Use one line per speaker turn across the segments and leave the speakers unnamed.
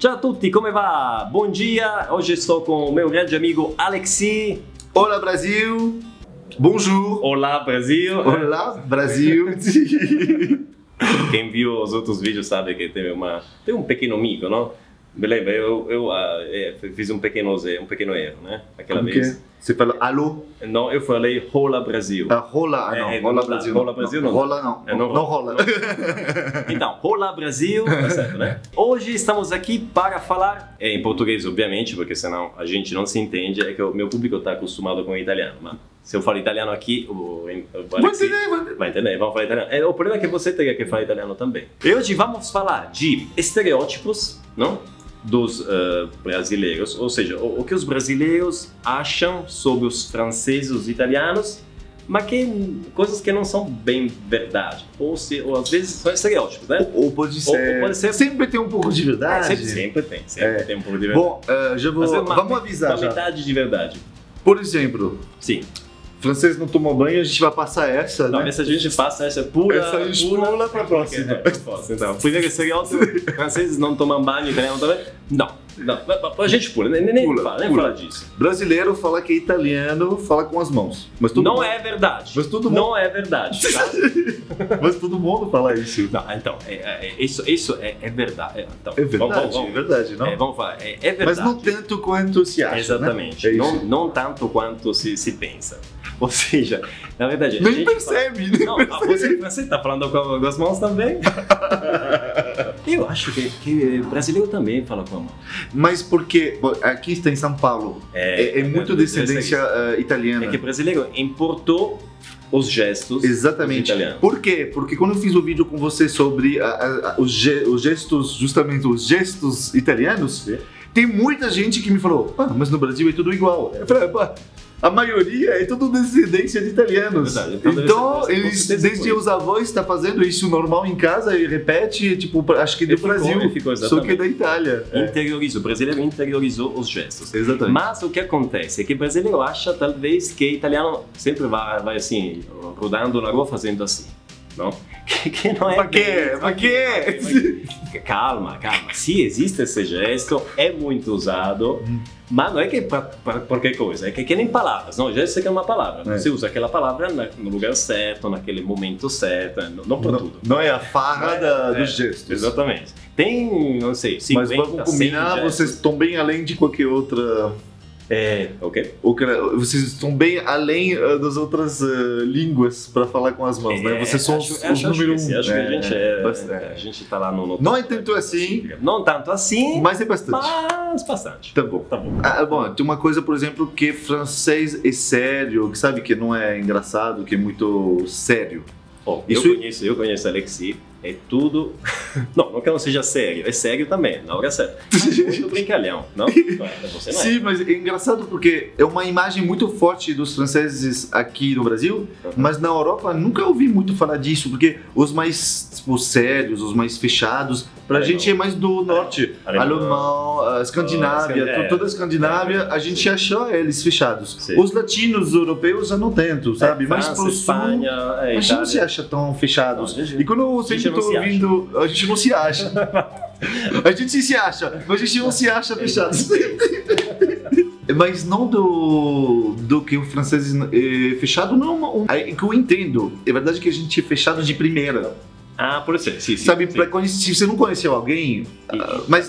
Ciao a tutti, come va? Bom dia! Oggi sto con il mio grande amico Alexi.
Olá Brasil! Bonjour!
Olá, Brasil!
Olá Brasil!
Quem viu os outros vídeos sabe que teve, uma, teve um pequeno amigo, não? Me lembra, eu, eu ah, é, fiz um pequeno, ze- um pequeno erro, né? Aquela
Como que é?
vez.
Você fala alô?
Não, eu falei Rola Brasil.
Ah, rola, ah,
É,
não.
é,
rola
não dá.
Brasil.
Rola Brasil não dá.
Rola não.
É,
não,
não rola.
rola.
Então, Rola Brasil, tá certo, né? Hoje estamos aqui para falar é, em português, obviamente, porque senão a gente não se entende. É que o meu público está acostumado com o italiano, mas se eu falo italiano aqui, o, o
Vou
Alexi
entender, vou entender.
vai entender, vamos falar italiano. É, o problema é que você teria que falar italiano também. E hoje vamos falar de estereótipos, não? Dos eh, brasileiros, ou seja, o, o que os brasileiros acham sobre os franceses, os italianos, mas que coisas que não são bem verdade, ou, se, ou às vezes são estereótipos, né?
Ou, ou pode
Ou,
ser.
ou pode ser. É,
Sempre tem um pouco de verdade.
sempre, sempre tem, sempre tem um pouco de verdade.
Bom, eh, já vou.
Mas é uma-
Vamos
Uma
avisar já.
metade de verdade.
Por exemplo,
Sim.
francês não tomou banho, a gente vai passar essa,
Não,
né?
essa gente passa essa pura.
Essa a gente
pura-
pula pra próxima.
É, pra próxima, então. Primeiro estereótipo, franceses não tomam banho, italiano também. Não, não. mas- mas A gente pula, nem, nem
Pula,
fala, nem
pula.
fala disso.
Brasileiro fala que é italiano, fala com as mãos. Mas todo,
não
mundo,
é verdade.
Mas todo
Não é verdade. tá?
mas todo mundo fala isso.
não, então, é- é- é- isso, isso é, é verdade. É, Então,
É verdade,
vamos- vamos-
é
vamos-
verdade, não?
é, vamos falar, é, é verdade.
mas não tanto quanto se acha. né?
Exatamente.
É isso.
não, não tanto quanto se, se pensa. Ou seja, na verdade. a
Nem
gente
percebe, né?
Não, ah, você, você tá falando com, com as mãos também? Eu acho que, que brasileiro também fala com a mão.
Mas porque bom, aqui está em São Paulo. É, é muito descendência eh, italiana.
É que brasileiro importou os gestos.
Exatamente.
Os italianos.
Por quê? Porque quando eu fiz o vídeo com você sobre a- a- a- os, ge- os gestos, justamente os gestos italianos,
Sim.
tem muita gente que me falou, ah, mas no Brasil é tudo igual. Eu falei, "Pá, a maioria é tudo descendência de italianos.
Verdade, então deve
então,
ser- com
eles,
certeza
desde
foi.
os avós, está fazendo isso normal em casa e repete, tipo, pra- acho que do
E ficou-
Brasil,
e ficou
só que É.
exatamente.
da Itália.
Interiorizou, o brasileiro interiorizou os gestos.
Exatamente.
Mas o que acontece é que o brasileiro acha talvez que italiano sempre vai, vai assim, rodando na rua fazendo assim, não? Que, que não é
Pra quê?
bem é isso.
Pra quê?
Pra quê? Pra quê? Calma, calma. Se existe esse gesto, é muito usado,
Hum.
mas não é que é pra, pra qualquer coisa, é que, é que nem palavras, não? Gesto é que é uma palavra.
É.
Você usa aquela palavra na- no lugar certo, naquele momento certo, não, não pra
Não,
tudo.
não é a farra
Não é-
da-
é,
dos gestos.
Exatamente. Tem, não sei, 50,
Mas vamos
100
combinar,
gestos.
vocês estão bem além de qualquer outra
É, ok.
O cara- vocês estão bem além eh, das outras eh, línguas para falar com as mãos, né? Vocês são
É, acho,
os,
acho-
os número
acho que
um.
sim, acho que a gente é,
bastante.
A gente tá lá no... no
Não é tanto assim,
Não tanto assim, mas,
mas é bastante.
bastante.
Tá bom.
Tá bom.
Ah, bom, tem uma coisa, por exemplo, que francês é sério, que sabe que não é engraçado, que é muito sério.
Ó,
Isso- é-
Eu conheço, eu conheço Alexi, é tudo... não, não que eu não seja sério, é sério também, na hora certa. Mas muito brincalhão, não? Claro, Você não é.
Sim, mas é engraçado porque é uma imagem muito forte dos franceses aqui no Brasil,
Uhum.
mas na Europa nunca ouvi muito falar disso, porque os mais tipo, sérios, os mais fechados, pra
Alemão.
gente é mais do norte.
Alemão.
Alemão, a Escandinávia,
Escandinávia.
to- toda a Escandinávia,
É.
a gente achou eles fechados.
Sim.
Os latinos europeus já não tanto, sabe?
É,
mas
França,
pro sul,
Espanha, é,
a gente não se
Itália.
acha tão fechados.
Não, a gente-
E quando eu
a gente
sempre
não
tô
se acha.
ouvindo, a gente não se acha. a gente se acha, mas a gente não se acha fechado. mas não do, do que o francês é fechado, não. é uma- um- É que eu entendo. É verdade que a gente é fechado de primeira.
Ah, por isso, sim, sim.
Sabe,
sim.
pra conhe- se você não conheceu alguém,
E-
mas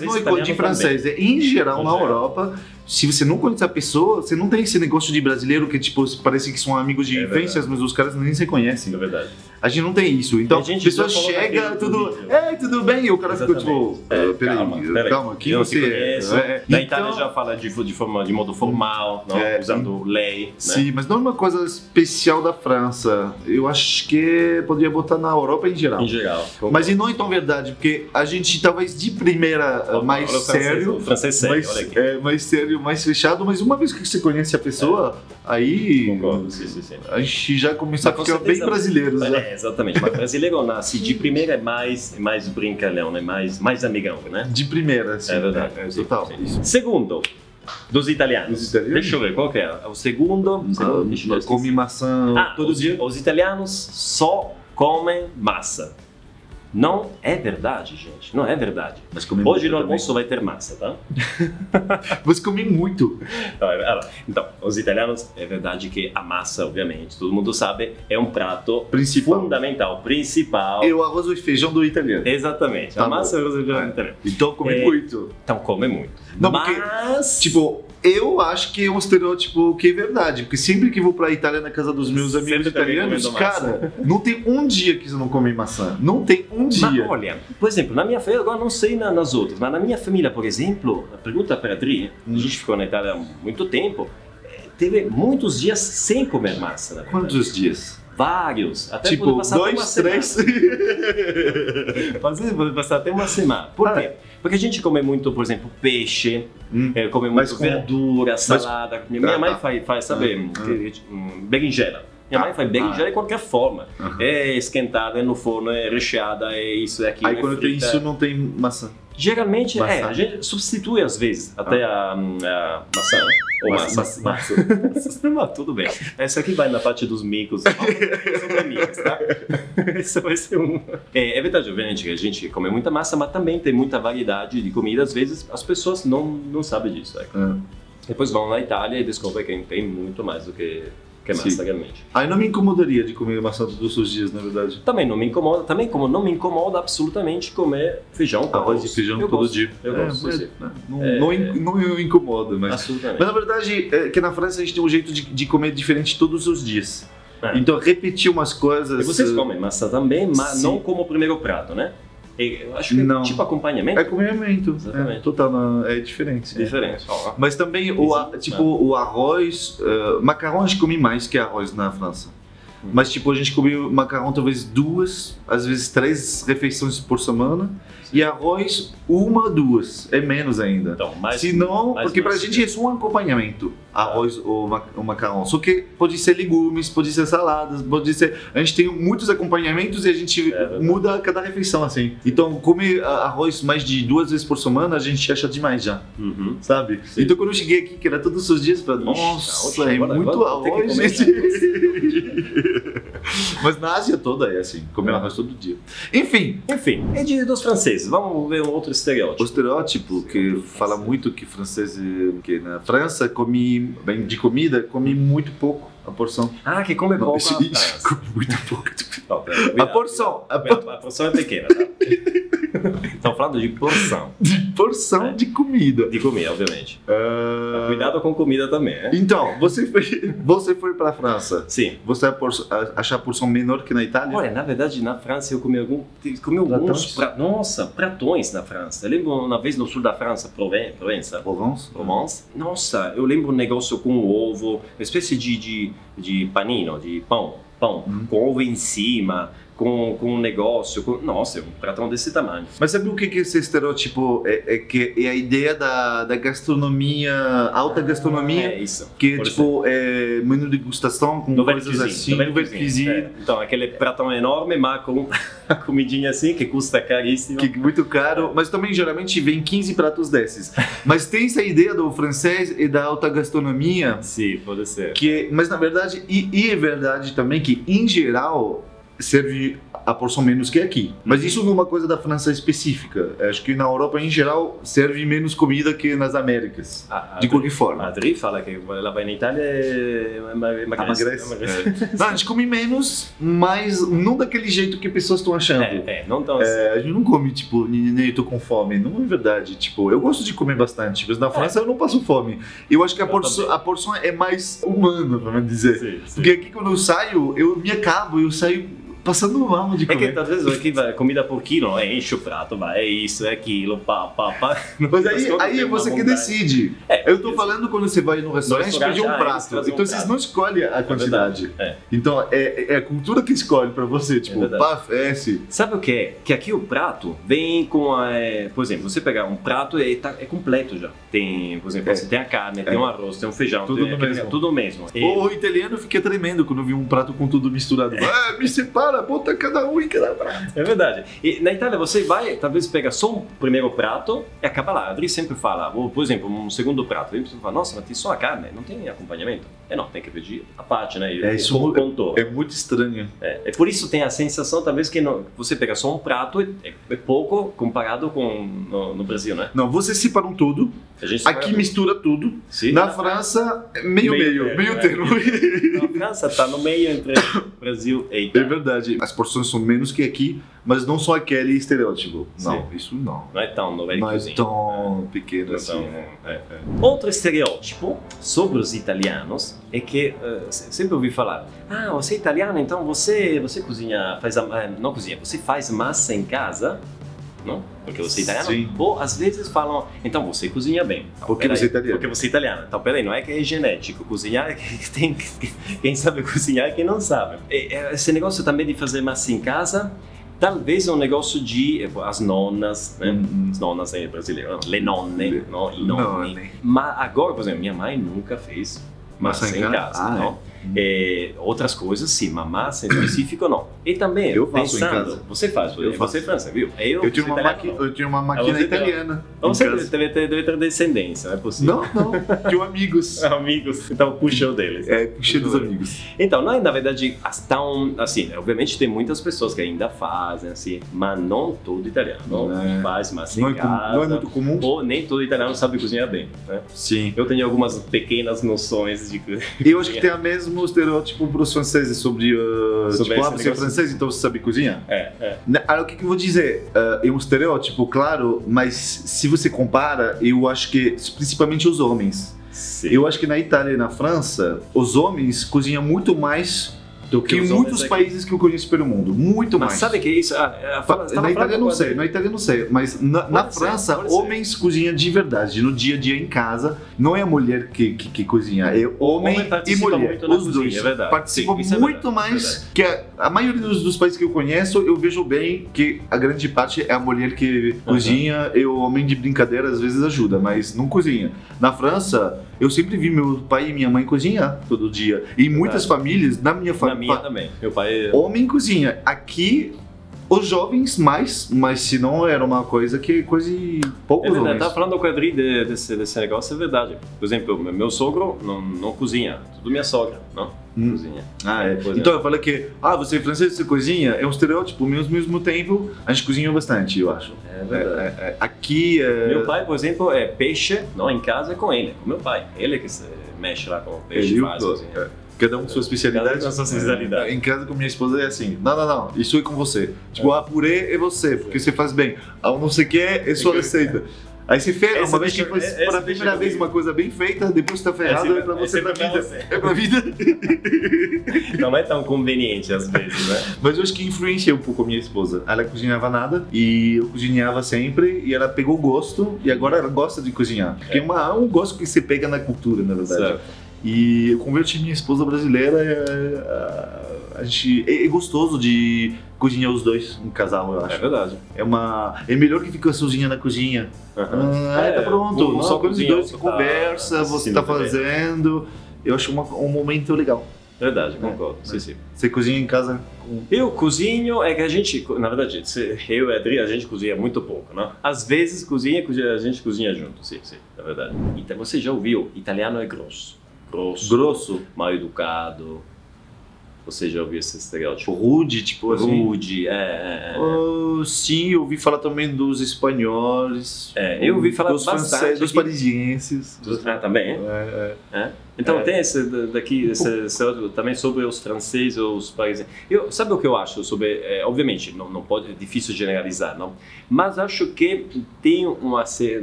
talvez
não é igual
italiano
de francês. É, em geral,
Em
na
geral.
Europa, se você não conhece a pessoa, você não tem esse negócio de brasileiro que, tipo, parece que são amigos de
É verdade.
infâncias, mas os caras nem se conhecem.
Também, é verdade.
A gente não tem isso. Então,
A
a,
gente
pessoa
já falou
chega,
naquele
tudo.
vídeo.
É, tudo bem. E o cara fica tipo.
Exatamente. É,
"Ah, Peraí,
calma,
calma,
peraí.
calma quem
Eu não te
você é?
conheço.
é?
Na
então,
Itália já né?" fala de, de, forma, de modo formal, não?
É,
usando lei, né?
Sim, mas não é uma coisa especial da França. Eu acho que poderia botar na Europa em geral.
em geral.
Mas e não é tão verdade, porque a gente talvez de primeira eh, mais
Olha o francês,
sério.
o francês sério, olha
mais,
aqui.
é, mais sério, mais fechado, mas uma vez que você conhece a pessoa, aí
É. Concordo, sim, sim, sim.
a gente já começa
Mas
a
com
ficar bem né?
certeza-
brasileiro. já.
É, exatamente, mas brasileiro nasce de primeira é mais, é mais brincalhão, né? mais, mais amigão, né?
De primeira, assim.
É verdade.
É, é,
Sim,
total.
sim.
Isso.
Segundo, dos italianos.
Dos italianos?
Deixa eu ver, qual que é? O segundo... segundo, deixa eu
Ah,
ver.
come maçã
Ah,
todo
os,
dia.
Os italianos só comem massa. Não é verdade, gente. Não é verdade.
Mas comi
Hoje é
muito
no
também.
almoço vai ter massa, tá?
Você come muito.
Então, é- ah, então, os italianos, é verdade que a massa, obviamente, todo mundo sabe, é um prato
Principal.
fundamental, principal.
É o arroz e feijão do italiano.
Exatamente.
Tá
a massa é coisa de
É.
italiano.
Então come
É.
muito.
Então come muito.
Não, porque,
Mas...
Tipo, eu acho que é um estereótipo que é verdade. Porque sempre que vou pra Itália na casa dos meus
Sempre
amigos
também
italianos,
comendo
cara, não tem um dia que você não come maçã. Não tem um
Ma
dia.
olha, por exemplo, na minha família, agora não sei na- nas outras, mas na minha família, por exemplo, pergunta para a Adri,
Hum.
a gente ficou na Itália há muito tempo, eh, teve muitos dias sem comer massa, na verdade.
Quantos dias?
Vários, até poder
tipo,
passar até uma
dois, três.
semana. Fazer- poder passar até uma semana. Por
Ah,
quê? Porque a gente come muito, por exemplo, peixe,
Hum.
eh, come
Mas
muito
com-
verdura, salada. Minha
Ah,
mãe
tá.
faz, faz sabe,
Ah, ah.
que- hum, berinjela. Minha
Ah,
mãe faz berinjela de qualquer forma.
Aham.
É esquentada, é no forno, é recheada, é isso, é aquilo.
Aí
é
quando tem
frita.
isso, não tem maçã.
Geralmente é,
Maçã. Ah.
a gente substitui às vezes até a, hum, a maçã. Ou
Maçã,
massa. Massa. Mas tudo bem. Essa aqui vai na parte dos micos. São amigos, tá? Isso vai ser um. É, é verdade, obviamente, que a gente come muita massa, mas também tem muita variedade de comida. Às vezes as pessoas não, não sabem disso. né?
Ah.
Depois vão na Itália e descobrem que tem muito mais do que, que massa
Sim.
realmente.
Aí não me incomodaria de comer maçã todos os dias, na verdade.
Também não me incomoda, também como não me incomoda absolutamente comer feijão com
Arroz e feijão
Eu
todo
gosto.
dia.
Eu gosto, sim.
É, não,
É, Assim.
não,
é.
in- não me incomoda, mas.
Absolutamente.
Mas na verdade é que na França a gente tem um jeito de, de comer diferente todos os dias.
É.
Então repetir umas coisas.
E vocês
eh,
comem massa também, mas
Sim.
não como primeiro prato, né? E eu acho que é
Não.
tipo acompanhamento.
É comimento.
Exatamente.
É, total, na- é diferente.
É diferente. Ó,
Mas também o, a-
Existe,
tipo, o arroz. eh, macarrão a gente come mais que arroz na França.
Hum.
Mas tipo, a gente come macarrão talvez duas, às vezes três refeições por semana.
Sim.
E arroz, uma, duas. É menos ainda.
Então, mas É.
Se não,
mais
porque pra
massa,
gente
né?
é só um acompanhamento. Arroz ou ma- ou macarrão. Só que pode ser legumes, pode ser saladas, pode ser... A gente tem muitos acompanhamentos e a gente
É verdade.
muda a cada refeição, assim. Então, comer a- arroz mais de duas vezes por semana, a gente acha demais já,
Uhum.
sabe?
Sim.
Então, quando eu cheguei aqui, que era todos os dias, eu falei,
Ixi,
nossa,
tá ótimo,
é
agora-
muito
agora vou ter que
arroz,
comer
gente. Mas na Ásia toda é assim, comer
É.
arroz todo dia. Enfim,
Enfim, é de, dos franceses. Vamos ver um outro
O
estereótipo.
estereótipo que fala muito que francês eh, que na França come bem de comida come muito pouco a porção.
Ah, que come Tá, pouco.
isso,
ah,
isso,
tá.
come muito pouco.
Não, pera,
A
cuidado,
porção, a
cuidado, A porção é pequena, tá? Estão falando de porção
porção
É.
de comida.
de comida, obviamente.
Ah,
Cuidado com comida também, né?
Então você foi, você foi para a França.
Sim.
Você acha a achar a porção menor que na Itália?
Olha, na verdade, na França eu comi, algum, comi alguns...
Pratões?
pra- nossa, pratões na França. Eu lembro uma vez no sul da França, Proven- Provença,
Provence?
Provence. Nossa, eu lembro um negócio com ovo, uma espécie de, de, de panino, de pão, pão,
Hum.
com ovo em cima, com, com um negócio, com... Nossa, um pratão desse tamanho.
Mas sabe o que que esse estereótipo é, é que é a ideia da, da gastronomia alta gastronomia
É isso.
que
por
tipo é menu de degustação com
Nouvelle
coisas
cuisine,
assim,
nouvelle
nouvelle
cuisine,
cuisine.
é. Então, aquele pratão enorme, mas com a comidinha assim, que custa caríssimo.
que é muito caro, mas também geralmente vem 15 pratos desses. Mas tem essa ideia do francês e da alta gastronomia,
Sim, pode ser.
que, mas na verdade, e, e é verdade também que em geral serve a porção menos que aqui. Mas isso não é uma coisa da França específica. Acho que na Europa em geral serve menos comida que nas Américas.
Ah,
De
ah,
qualquer forma.
Madrid fala que ela vai na Itália é e
Ah,
emagrece.
Emagrece. Não, a gente come menos, mas não daquele jeito que pessoas estão achando.
É, é, não tão assim.
É, A gente não come, tipo, nem tô com fome. Não é verdade. Tipo, eu gosto de comer bastante, mas na França eu não passo fome. Eu acho que a,
É. Eu
porção,
também.
a porção é mais humana, vamos dizer.
Sim, sim.
Porque aqui quando eu saio, eu me acabo, eu saio passando mal de
É que
comer.
às vezes aqui vai comida por quilo, é, enche o prato, vai, é isso, é aquilo, pá, pá, pá.
Mas
Mas
aí,
quando
aí
tem
é
uma
você que
vontade.
decide.
É,
eu tô falando quando você vai no restaurante
restaurante,
pedir um
ah, eles
prato.
trazem um
Então vocês
prato.
não escolhem a quantidade.
É.
Então é, é a cultura que escolhe pra você. Tipo,
verdade.
paf, é esse.
Sabe o que é? Que aqui o prato vem com, é, por exemplo, você pegar um prato e tá, é completo já. Tem, por exemplo,
É.
você tem a carne, tem um arroz, tem um feijão,
Tudo
tem
no
aquele-
mesmo.
tudo mesmo. E-
O italiano fica tremendo quando viu um prato com tudo misturado. Ah, me separa, bota cada um em cada prato.
É verdade. E na Itália você vai, talvez pega só um primeiro prato é e acaba lá. A Adri sempre fala, ou, por exemplo, um segundo prato. E você fala, nossa, mas tem só a carne, não tem acompanhamento. É, não, tem que pedir a parte, né?
É,
o-
isso
o
muda.
contorno.
É muito estranho.
É, é por isso tem a sensação, talvez, que não- você pega só um prato, é, é pouco comparado com no, no Brasil, né?
Não, vocês separam tudo.
A gente
Aqui
vai-
mistura tudo.
Sim.
Na França, é meio-meio.
Meio
Meio
termo,
termo.
A França tá no meio entre Brasil e
É
Itália.
verdade. As porções são menos que aqui, mas não são aquele estereótipo. Não, isso não.
Não é tão novela
Não é
cozinha.
tão pequeno assim.
Então,
né?
é. Outro estereótipo sobre os italianos é que eh, se- sempre ouvi falar: ah, você é italiano, então você você cozinha, faz a, eh, não cozinha, você faz massa em casa, não? Porque você é italiano.
Sim.
Ou às vezes falam: então você cozinha bem. Então,
Porque você é italiano.
Porque você é italiano. Então peraí, não é que é genético. Cozinhar é que tem quem sabe cozinhar e quem não sabe. E, eh, esse negócio também de fazer massa em casa, talvez é um negócio de eh, as nonas, né?
Hum,
as nonas em brasileiro, le nonne,
Le-
no, i
Não,
nonni.
né?
Mas agora, por exemplo, minha mãe nunca fez massa, em casa,
Ah,
não? É, outras coisas sim, mas massa em específico não. E também,
Eu faço em
pensando,
casa.
você faz,
Eu
você
faço.
é França, viu?
Eu tinha,
sou
uma
italiano,
maqui...
não.
eu tinha uma
Ah,
máquina
você
italiana.
Então
em
você
casa.
deve ter, deve ter descendência, não é possível?
Não, não. Tinha amigos.
Amigos, então puxa o deles.
É, puxei dos amigos.
Então, não é na verdade as tão. Assim, obviamente tem muitas pessoas que ainda fazem, assim, mas não todo italiano né?
Não é.
faz massa
Não
em
é, com-
casa.
não é muito comum?
Ou nem todo italiano sabe cozinhar bem, né?
Sim.
Eu tenho algumas pequenas noções de que
E eu acho que tem o mesmo estereótipo para os franceses sobre. ah,
Sobre esse
tipo, ah, você é
negócio.
francês, então você sabe cozinhar?
é, é.
Na- ah, o que, que eu vou dizer? Ah, é um estereótipo, claro, mas se você compara, eu acho que, principalmente os homens.
Sim.
Eu acho que na Itália e na França, os homens cozinham muito mais
do
que
os
em
homens
muitos
aqui.
países que eu conheço pelo mundo. Muito
Mas
mais.
sabe que isso? Ah, ah, fala-
na
tava
Itália
falando
não
com-
sei, na Itália não sei, mas na, na
Pode ser,
França
pode ser.
homens cozinham de verdade, no dia a dia em casa, não é a mulher que, que, que cozinha, é homem,
homem
e
participa
mulher,
muito na
os
cozinha,
dois
é verdade.
participam
Sim, isso é
muito
verdade,
mais que a, a maioria dos, dos países que eu conheço, eu vejo bem que a grande parte é a mulher que cozinha e o homem de brincadeira às vezes ajuda, mas não cozinha. Na França, eu sempre vi meu pai e minha mãe cozinhar todo dia, e muitas famílias, na minha
Na
família,
minha também. Meu pai.
Homem cozinha. Aqui, os jovens mais, mas se não era uma coisa que coisa de
É
poucos
verdade,
homens.
tava falando com a Adri de- desse, desse negócio, é verdade. Por exemplo, meu sogro não, não cozinha, tudo minha sogra, não
Hum.
cozinha.
Ah, é.
Pois é.
Então eu falei que, ah, você é francês, você cozinha, é um estereótipo, mas ao mesmo tempo a gente cozinha bastante, eu acho.
É
É, é, é. Aqui é.
Meu pai, por exemplo, é peixe, não em casa, é com ele, com meu pai. Ele que se mexe lá com o peixe,
Ele,
faz,
eu-
cozinha.
Cada um com sua especialidade.
Cada um com sua especialidade.
É, Em casa com minha esposa é assim, não, não, não, isso é com você. Tipo, ah, purê é você, porque você faz bem. Ah, não sei o que é sua
que-
receita. Aí você ferra,
Essa
uma vez que
deixa- é,
faz
essa
para a
deixa
primeira vez
comigo.
uma coisa bem feita, depois tá ferrado,
Essa-
é pra
essa
você
é
pra
pra
vida.
você.
É pra vida.
Então não é tão conveniente às vezes, né?
Mas eu acho que influenciei um pouco a minha esposa. Ela cozinhava nada e eu cozinhava sempre e ela pegou gosto e agora ela gosta de cozinhar. Porque é uma, um gosto que você pega na cultura, na verdade. E eu converti minha esposa brasileira, é, a, a gente é, é gostoso de cozinhar os dois, um casal, eu
É
acho.
verdade.
É uma é melhor que ficar sozinha na cozinha. Ah,
É,
tá pronto,
um
só
só
quando os
cozinha,
dois se
outro tá
conversa, você
assistindo né?
tá
TV.
fazendo. Eu acho uma- um momento legal. É.
Verdade, concordo. Sim, sim.
Você cozinha em casa com
Eu cozinho, é que a gente, na verdade, se- eu e a Adri, a gente cozinha muito pouco, né? Às vezes cozinha, cozinha- a gente cozinha junto, sim, sim, na verdade. Então, você já ouviu, italiano é grosso. Grosso,
grosso,
mal educado. Você já ouviu esse estereótipo?
rude, tipo assim.
Rude, é, é, é.
Ah, sim, eu ouvi falar também dos espanhóis.
É, eu ouvi falar
dos
bastante
franceses, dos
aqui.
parisienses.
Ah, também, é?
É, é.
Então
É.
tem esse da- daqui, esse, esse outro também sobre os franceses ou os parisienses. Eu, sabe o que eu acho sobre, eh, obviamente, não, não pode, é difícil generalizar, não? Mas acho que tem uma se-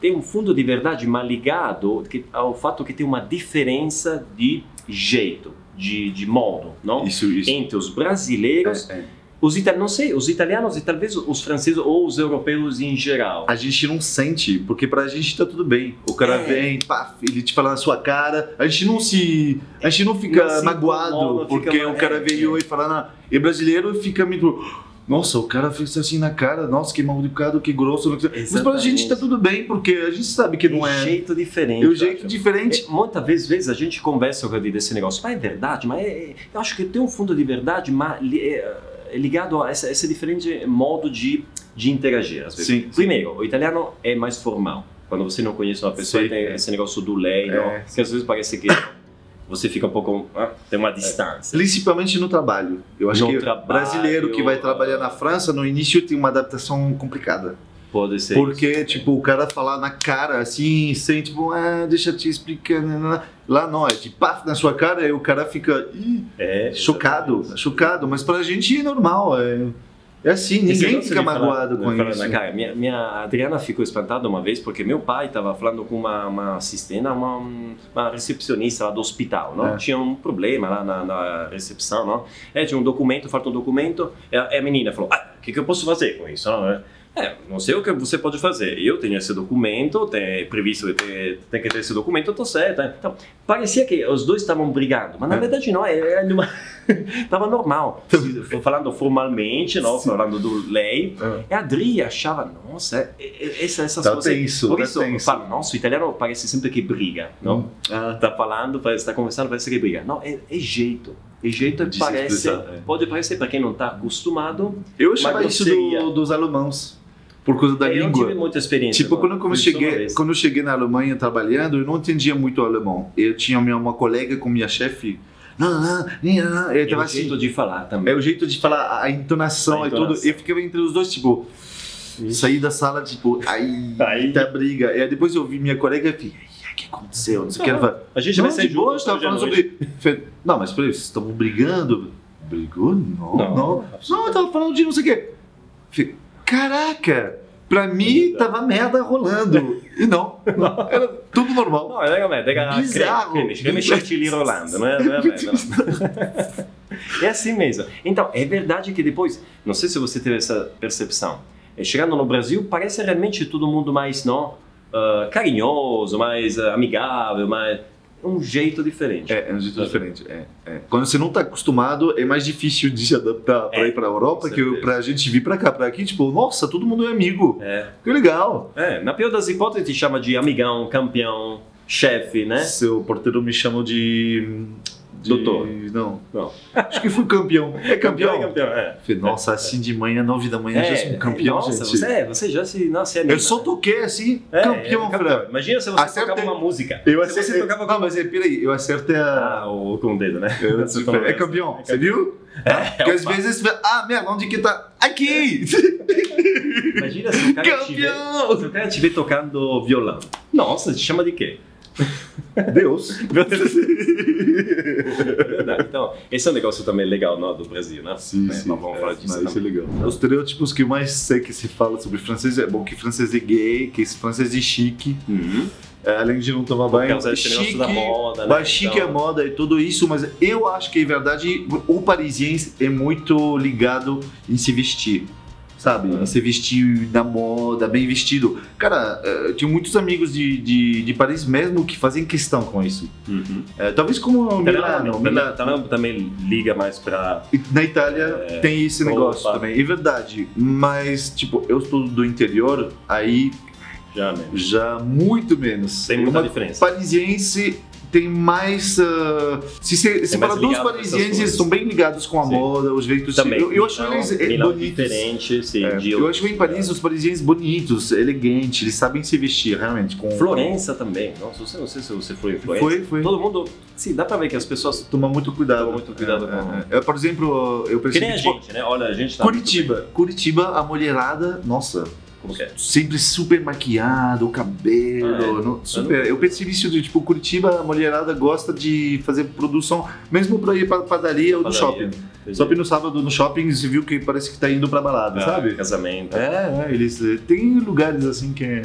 tem um fundo de verdade mal ligado que- ao fato que tem uma diferença de jeito, de, de modo, não?
Isso, isso.
Entre os brasileiros,
É, é.
os itali- não sei, os italianos e talvez os franceses ou os europeus em geral.
a gente não sente, porque pra gente tá tudo bem. O cara
É.
vem, pá, ele te fala na sua cara, a gente não se. A gente não fica
Não se
magoado,
incomoda, fica
porque
mal-
o cara
é,
veio e fala na. E brasileiro fica meio. Nossa, o cara fez assim na cara, nossa, que mal educado, que grosso. não sei o quê." Mas pra gente tá tudo bem, porque a gente sabe que não
Um
é.
jeito diferente.
É um
eu
jeito
acho.
diferente.
É, Muitas vezes, vezes a gente conversa com ele desse negócio, mas é verdade, mas é- é- eu acho que tem um fundo de verdade mas li- é, é ligado a essa- esse, diferente modo de, de interagir. Às vezes.
Sim.
Primeiro, o italiano é mais formal. Quando você não conhece uma pessoa,
Sim.
tem esse negócio do lei,
É,
não? que às vezes parece que você fica um pouco. ah, tem uma distância.
Principalmente no trabalho. Eu acho
No
que o
trabalho,
brasileiro que vai trabalhar na França, no início tem uma adaptação complicada.
Pode ser.
Porque,
isso.
tipo, o cara falar na cara assim, sem tipo, ah, deixa eu te explicar. né, né, né. Lá não, é de paf na sua cara e o cara fica "Ih",
É,
chocado, chocado. Mas pra gente é normal, é, é
Esse
assim, ninguém
negócio
fica
de falar-
magoado
de
com
falar
isso.
Na cara, minha, minha Adriana ficou espantada uma vez porque meu pai estava falando com uma, uma assistente, não, uma, uma recepcionista lá do hospital, não?
É.
Tinha um problema lá na, na recepção, não? É, tinha um documento, falta um documento. E a, e a menina falou, ah, o que, que eu posso fazer com isso? não? É, É, não sei o que você pode fazer. Eu tenho esse documento, tem é previsto que tem, tem que ter esse documento, tô certo. né? Então, parecia que os dois estavam brigando, mas na
É.
verdade não, era uma... tava normal.
Tá
Falando formalmente, não? Falando do lei,
É.
e a Adri achava, nossa, é- é- essa, essas
Tá
coisas.
tenso,
Por
tá
isso, eu
tenso.
falo, nossa, o italiano parece sempre que briga, não?
Ah,
Tá falando, parece, tá conversando, parece que briga. Não, é, é jeito. É jeito
De
que
se
parece.
expressar, é.
Pode parecer para quem não tá acostumado.
eu achava isso do-
grosseria.
dos alemãos, por causa da
É, eu não
língua.
tive muita experiência.
Tipo,
não.
quando, quando, eu
Isso uma
cheguei,
vez.
quando eu cheguei na Alemanha trabalhando, eu não entendia muito alemão. Eu tinha minha, uma colega com minha chefe. Não, não, não, não. Eu
É
tava
o
assim,
jeito de falar também.
é o jeito de falar, a- a entonação
A
e tudo.
entonação.
Eu ficava entre os dois, tipo, saí da sala, tipo, ai,
Ai.
tá briga. E aí depois eu vi minha colega e falei, ai, o que aconteceu? Não sei o que. Ela falou,
A gente vai
não,
ser
de boa,
junto
a gente tava
é hoje à
falando
noite.
sobre. Falei, Não, mas peraí, vocês estavam brigando? Brigou? Não,
Não,
não. Não, eu tava falando de não sei o quê. Falei, Caraca, pra mim tava merda rolando. E não, não, era tudo normal.
Não, é legal, é legal.
Bizarro.
Creme, creme chantilly rolando, não é? Não é, não é, não é. É assim mesmo. Então, é verdade que depois, não sei se você teve essa percepção, é, chegando no Brasil, parece realmente todo mundo mais, não, ah, carinhoso, mais ah, amigável, mais... Um jeito diferente.
É, é um jeito diferente. é, é. Quando você não tá acostumado, é mais difícil de se adaptar pra
É,
ir pra Europa
com
que
certeza.
pra gente vir pra cá, pra aqui. Tipo, nossa, todo mundo é amigo.
É.
Que legal.
É, na pior das hipóteses, te chama de amigão, campeão, chefe, né?
Seu porteiro me chamou de. de-
Doutor.
Não.
Não.
Acho que fui campeão. É campeão.
campeão, é.
Falei, Nossa, assim de manhã, nove da manhã, já sou um campeão,
nossa,
gente.
Você, é, você já se... Nossa, é
Eu só toquei assim, campeão, Fran.
Imagina se você
Acertei.
tocava uma música.
Eu
se
acertei.
você tocava
Não, mas é, peraí, eu acertei a.
Ah, ou com o dedo, né?
Eu-
Você
tipo,
falou
é
isso.
campeão, você viu?
É,
Porque às vezes. Ah, merda, onde que tá? Aqui!
Imagina se o cara, te vê,
campeão!
se o cara te vê tocando violão. Nossa, te chama de quê?
Deus.
É verdade. Então, esse é um negócio também legal não, do Brasil, né?
Sim,
É,
sim.
Não vamos falar
é,
disso.
não, isso é
também.
legal. Os estereótipos que eu mais sei que se fala sobre francês é bom que francês é gay, que francês é chique,
Uhum.
é, além de não tomar
Por
banho.
causa desse negócio
Chique,
da moda, né?
Mas chique
Então,
é moda e tudo isso, mas eu acho que, em verdade, o parisiense é muito ligado em se vestir. Sabe?
Uhum.
Em se vestir da moda, bem vestido. Cara, eh, eu tenho muitos amigos de, de, de Paris mesmo que fazem questão com isso.
Uhum. Tá
Eh, talvez como Milano.
Também-
Milano.
também- também liga mais pra...
E Na Itália tem esse
É, Opa.
negócio também, é verdade. Mas, tipo, eu estou do interior, aí
Já mesmo.
já muito menos.
Tem
É
muita
uma
diferença.
parisiense tem mais. ah, se se, se
É mais
fala dos
ligado pra essas
parisienses,
coisas.
estão bem ligados com a
Sim.
moda, os jeitos. de-
Também.
eu, eu acho
Milão-
eles eh,
Milão é
bonitos.
diferente, sim.
É,
de
eu
outros né?
acho que em Paris
lugares.
os parisienses bonitos, elegantes, eles sabem se vestir realmente. Com
Florença também. Nossa, você- não sei se você foi em Florença.
Foi, foi.
Todo mundo... Sim, dá pra ver que as pessoas...
Toma muito cuidado.
Toma muito cuidado
É,
com-
é, é. Eu, por exemplo, eu
Que
percebi
nem a
tipo,
gente, né? Olha, a gente tá... muito
Curitiba, Curitiba, a mulherada, nossa,
bem. Como que é?
sempre super maquiado, o cabelo,
Ah, é?
no- super. Eu percebi isso de tipo Curitiba, a mulherada gosta de fazer produção, mesmo pra ir pra padaria ou no shopping.
Padaria.
Shopping no sábado, no shopping, você viu que parece que tá indo pra balada,
Ah,
sabe?
Casamento.
É, é, eles eh, tem lugares assim que é.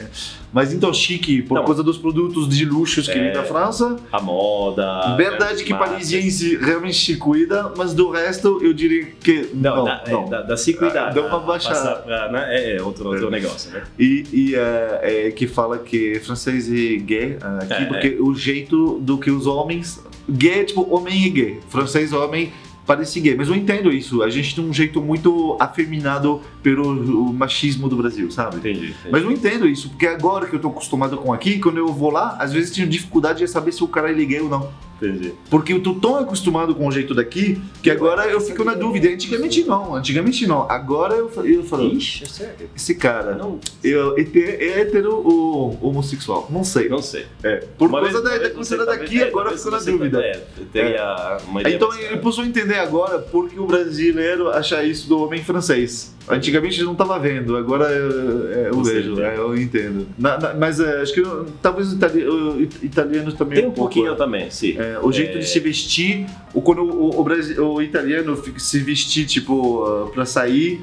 Mas então chique, por
Não.
causa dos produtos de luxos que
É.
vem da França.
A moda.
Verdade
né,
que
marcas.
parisiense realmente se cuida, mas do resto eu diria que.
Não,
Não,
da, é,
não.
da, da se cuidar.
Ah, deu uma
né,
baixada.
passar pra, né, é, é outro, outro negócio, né?
E, e, é, é, que fala que francês é gay ah, aqui,
É,
porque o jeito do que os homens. Gay é tipo homem e gay. Francês, homem, parece gay. Mas eu entendo isso. A gente tem um jeito muito afeminado pelo o machismo do Brasil, sabe?
Entendi. entendi.
Mas eu entendo isso, porque agora que eu tô acostumado com aqui, quando eu vou lá, às vezes tenho dificuldade de saber se o cara ele é gay ou não.
Entendi.
Porque eu tô tão acostumado com o jeito daqui que agora eu fico na dúvida. Antigamente não, antigamente não. Agora eu, fa- eu falo,
Ixi, é sério?
esse cara
Não,
eu, é hete- é hétero ou homossexual? Não sei.
não sei.
É, por
Uma
causa
vez-
da, da
talvez
cultura
você-
daqui,
talvez-
agora
talvez
ficou na
você
dúvida.
também, é, eu teria uma ideia
Então
mais
ele
clara.
posso entender agora por que o brasileiro acha isso do homem francês. Antigamente eu não estava vendo, agora eu, é, eu
Você
vejo,
entende.
é, eu entendo. Na- na- mas é, acho que eu- talvez o itali- o it- italiano também
Tem um
pouco,
pouquinho também, sim.
é, o jeito
É.
de se vestir, o, quando o, o, brasi- o italiano fica- se vestir, tipo, para sair,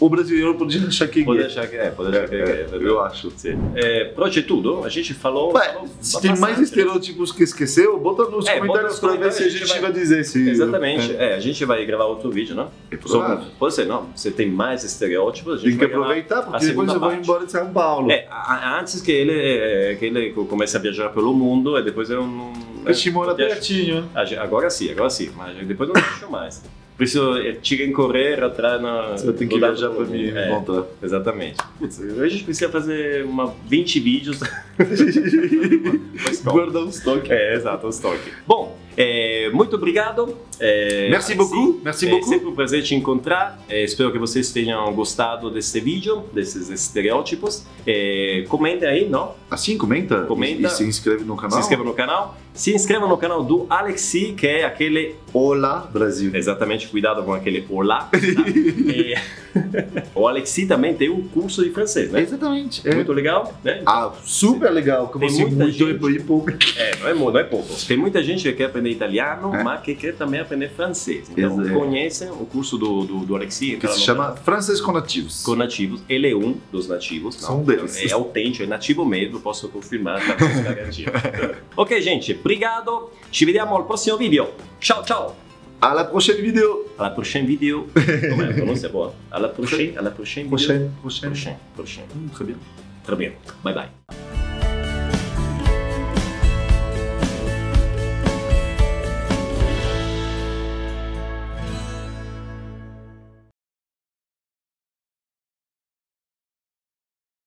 o brasileiro podia achar que é
Pode
gay.
achar que é, pode É. achar que é, é verdade.
Eu acho.
Sim. É, Proche tudo, a gente falou.
Ué,
falou
Se tem
bastante,
mais
né?
estereótipos que esqueceu, bota nos
É, bota
comentários
nos
pra ver
comentários,
se a gente
vai-
vai dizer se.
Exatamente, é. a gente vai gravar outro vídeo, né?
É, é
Sobre-
provável.
pode ser, não, você tem mais estereótipos, a gente
Tem que
vai gravar-
aproveitar,
a
porque depois
segunda
eu vou
parte.
embora de São Paulo.
É, a- a- antes que ele, é, que ele co- comece a viajar pelo mundo, e depois eu não... É,
a gente mora
porque
pertinho.
a gente- Agora sim, agora sim, mas depois eu não deixo mais. Por isso, é, tirem correr atrás na...
Você tem que
rodar
viajar pra
pelo
me
mundo. É,
encontrar.
exatamente. Putz, a gente precisa fazer uma 20 vídeos.
Guardar um estoque.
É, exato, um estoque. Bom, é, muito obrigado. É, Alexi.
Merci beaucoup, merci
É
beaucoup.
sempre um prazer te encontrar. É, espero que vocês tenham gostado desse vídeo, desses estereótipos. É, comentem aí, não?
Assim, comenta.
Comenta.
E se inscreve no canal.
Se inscrevam no canal. Se inscrevam no canal do Alexi, que é aquele.
Olá, Brasil.
Exatamente, cuidado com aquele olá. tá? É. o Alexi também tem um curso de francês, né?
Exatamente. é.
Muito legal, né?
Ah, super legal. Como
Tem
assim,
muita
muito
gente.
e público.
É, não é, mu- não é pouco. Tem muita gente que quer aprender italiano,
É.
mas que quer também aprender francês. Então,
Exato.
conhecem o curso do, do, do Alexi.
Que
entra
se
lá no
chama Francês com Nativos.
com nativos. Ele é um dos nativos.
Sou um deles.
É autêntico, é nativo mesmo, posso confirmar, tá posso garantir. ok, gente, obrigado. Ci vediamo al prossimo video. Ciao, ciao.
Alla prochaine vidéo.
Alla prochaine video. Com'è? Non si può. Alla prochaine, alla prochaine video.
Prochaine. Prochaine.
Prochaine, prochaine.
Hum, très bien.
Très bien. Bye bye.